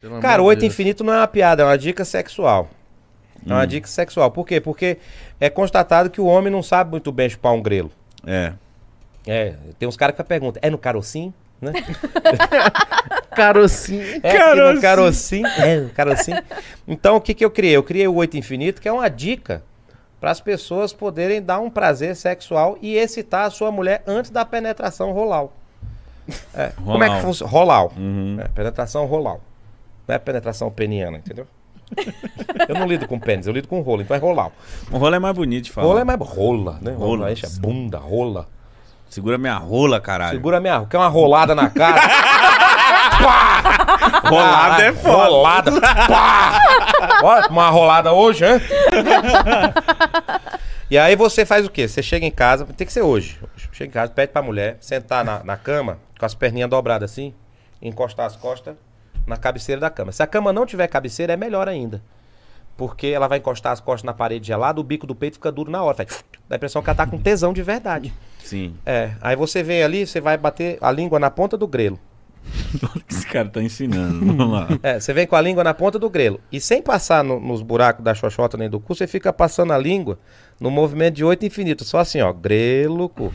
Pelo Cara, amor de oito Deus. infinito não é uma piada, é uma dica sexual. É uma dica sexual. Por quê? Porque é constatado que o homem não sabe muito bem chupar um grelo. É. É, tem uns caras que perguntam, é no carocinho? Né? Carocinho. É aqui no carocinho. É, no carocinho. Então, o que, que eu criei? Eu criei o oito infinito, que é uma dica para as pessoas poderem dar um prazer sexual e excitar a sua mulher antes da penetração rolau. É, Como é que Rolau. funciona? Rolau. É, penetração rolau. Não é penetração peniana, entendeu? eu não lido com pênis, eu lido com rolo, então é rolau. O rolo é mais bonito de falar. Rola é mais rola, né? Rola. Rola, enche a bunda, rola. Segura minha rola, caralho. é- Segura minha, quer uma rolada na cara? Rolada é foda. Rolada. Pá! Ó, uma rolada hoje, hein? e aí você faz o quê? Você chega em casa, tem que ser hoje. Chega em casa, pede pra mulher sentar na, na cama, com as perninhas dobradas assim, encostar as costas na cabeceira da cama. Se a cama não tiver cabeceira, é melhor ainda. Porque ela vai encostar as costas na parede gelada, o bico do peito fica duro na hora. Faz... Dá a impressão que ela tá com tesão de verdade. Sim. É, aí você vem ali, você vai bater a língua na ponta do grelo. Olha o que esse cara tá ensinando. Vamos lá. É, você vem com a língua na ponta do grelo. E sem passar no- nos buracos da xoxota nem do cu, você fica passando a língua no movimento de oito infinito. Só assim, ó. Grelo, cu.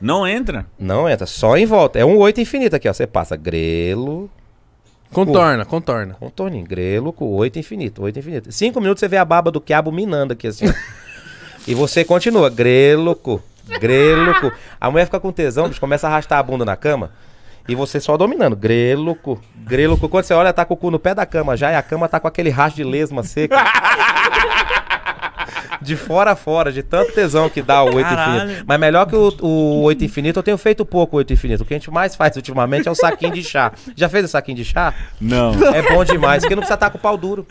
Não entra? Não entra, só em volta. É um oito infinito aqui, ó. Você passa grelo, Contorna, Né? contorna. contorninho, grelo, cu. Oito infinito, oito infinito. Cinco minutos você vê a baba do quiabo minando aqui, assim. ó. e você continua. Grelo, cu. Grelo, cu. A mulher fica com tesão, bicho, começa a arrastar a bunda na cama. E você só dominando. Grelo, cu. Grelo, cu. Quando você olha, tá com o cu no pé da cama já. E a cama tá com aquele rastro de lesma seca. De fora a fora, de tanto tesão que dá o oito Caralho. infinito. Mas melhor que o, o oito infinito, eu tenho feito pouco o oito infinito. O que a gente mais faz ultimamente é o saquinho de chá. Já fez o saquinho de chá? Não. É bom demais, porque não precisa estar com o pau duro.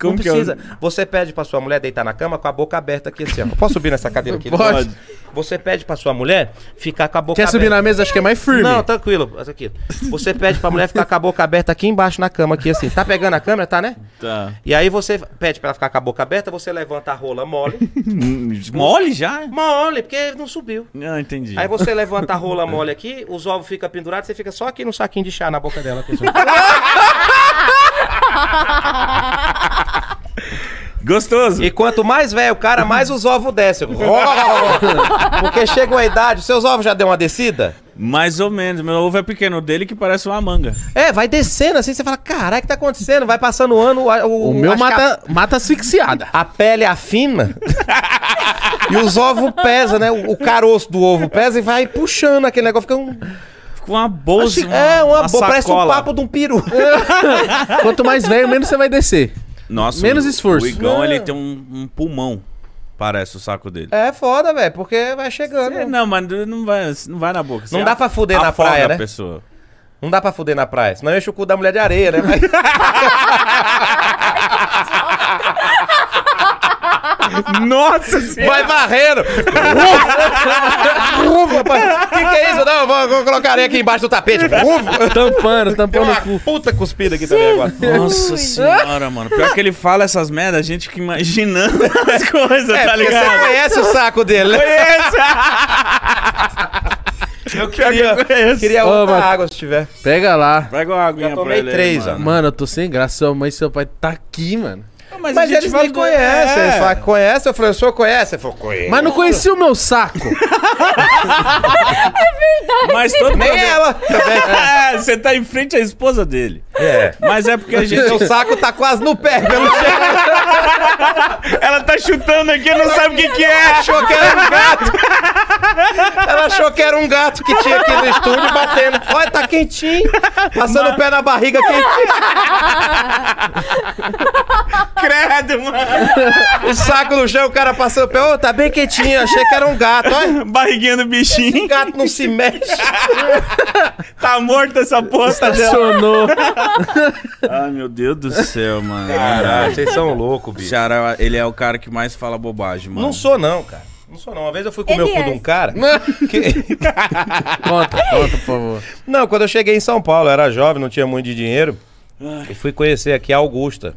Como não é que eu- precisa. Você pede pra sua mulher deitar na cama com a boca aberta aqui assim, ó. Posso subir nessa cadeira aqui? Pode. Você pede pra sua mulher ficar com a boca Quer subir aberta. na mesa? Acho que é mais firme. Não, tranquilo. essa Aqui. Você pede pra mulher ficar com a boca aberta aqui embaixo na cama, aqui assim. Tá pegando a câmera, tá, né? Tá. E aí você pede pra ela ficar com a boca aberta, você levanta a rola mole. Hum, Mole já? Mole, porque não subiu. Não, entendi. Aí você levanta a rola mole aqui, os ovos ficam pendurados, você fica só aqui no saquinho de chá na boca dela. aqui, assim. Gostoso. E quanto mais velho o cara, mais os ovos descem. Porque chega uma idade, seus ovos já deu uma descida? Mais ou menos. Meu ovo é pequeno o dele que parece uma manga. É, vai descendo assim, você fala, caralho, o que tá acontecendo? Vai passando o ano, o, O meu acho que mata, mata asfixiada. A, a pele é afina e os ovos pesam, né? O, o caroço do ovo pesa e vai puxando aquele negócio, fica um... Ficou uma bolsa. é, uma, bo- parece um sacola. papo de um peru. Quanto mais velho, menos você vai descer. Nossa, Menos o- esforço. O Igão, Não. ele tem um, um pulmão. Parece o saco dele. É foda, velho, porque vai chegando. É, não, mas não vai, não vai na boca. Você Não dá pra fuder na afoga praia, a né? pessoa. Não dá pra fuder na praia, senão enche o cu da mulher de areia, né? Vai- Nossa Vai senhora! varrendo! Ufa, rapaz. que que é isso? Não, vou, vou colocar areia aqui embaixo do tapete. Ufa. Tampando, Tem tampando uma o cu. puta cuspida aqui também agora. Nossa senhora, mano. Pior que ele fala essas merdas, a gente fica imaginando as coisas, É, tá porque você ligado? conhece o saco dele, né? Eu queria. Queria Ô, é outra mano. água se tiver. Pega lá. Pega uma aguinha Já pra tomei ele. aí, três, ó. mano. Mano, eu tô sem graça. Sua mãe e seu pai tá aqui, mano. Mas, Mas eles me conhecem. Eles É. falam, conhece? Eu falei, o senhor conhece? Eu falei, conheço. Mas não conhecia o meu saco. Mas todo Nem programa- ela. Também. É, você tá em frente à esposa dele. É. Mas é porque a gente. Seu saco tá quase no pé, pelo jeito. Ela tá chutando aqui, não sabe o que, que Ela é. achou que era um gato. Ela achou que era um gato que tinha aqui no estúdio batendo. Olha, tá quentinho. Passando o pé na barriga quentinho. Credo, mano. O saco no chão, o cara passando o pé. Ô, tá bem quentinho. Achei que era um gato. Olha. Barriguinha do O bichinho. Um gato não se mexe. Tá morta essa posta dela. Funcionou. Ai, meu Deus do céu, mano. vocês são loucos, bicho. Xará, ele é o cara que mais fala bobagem, mano. Não sou não, cara. Não sou não. Uma vez eu fui comer o Ele cu é. de um cara. que- Conta, conta, por favor. Não, quando eu cheguei em São Paulo, eu era jovem, não tinha muito de dinheiro. E fui conhecer aqui a Augusta.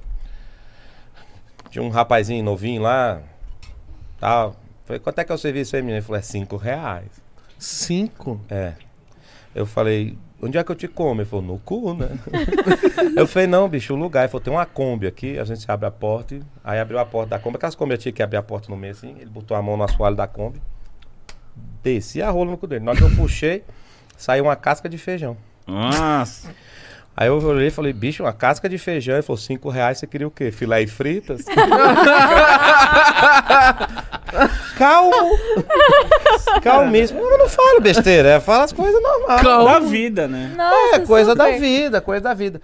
Tinha um rapazinho novinho lá. Tal. Falei, quanto é que é o serviço aí, menino? Ele falou, é cinco reais. Cinco? É. Eu falei, onde é que eu te como? Ele falou, no cu, né? eu falei, não, bicho, o lugar. Ele falou, tem uma Kombi aqui, a gente abre a porta. e- Aí abriu a porta da Kombi, aquelas Kombi tinha que abrir a porta no meio assim. Ele botou a mão no assoalho da Kombi, descia a rola no cu dele. Na hora que eu puxei, saiu uma casca de feijão. Nossa. Aí eu olhei e falei, bicho, uma casca de feijão. Ele falou, cinco reais, você queria o quê? Filé e fritas? Calmo. Calmíssimo. Eu não falo besteira, eu falo as coisas normais. Calma. Da vida, né? É, Nossa, coisa da super. vida, coisa da vida.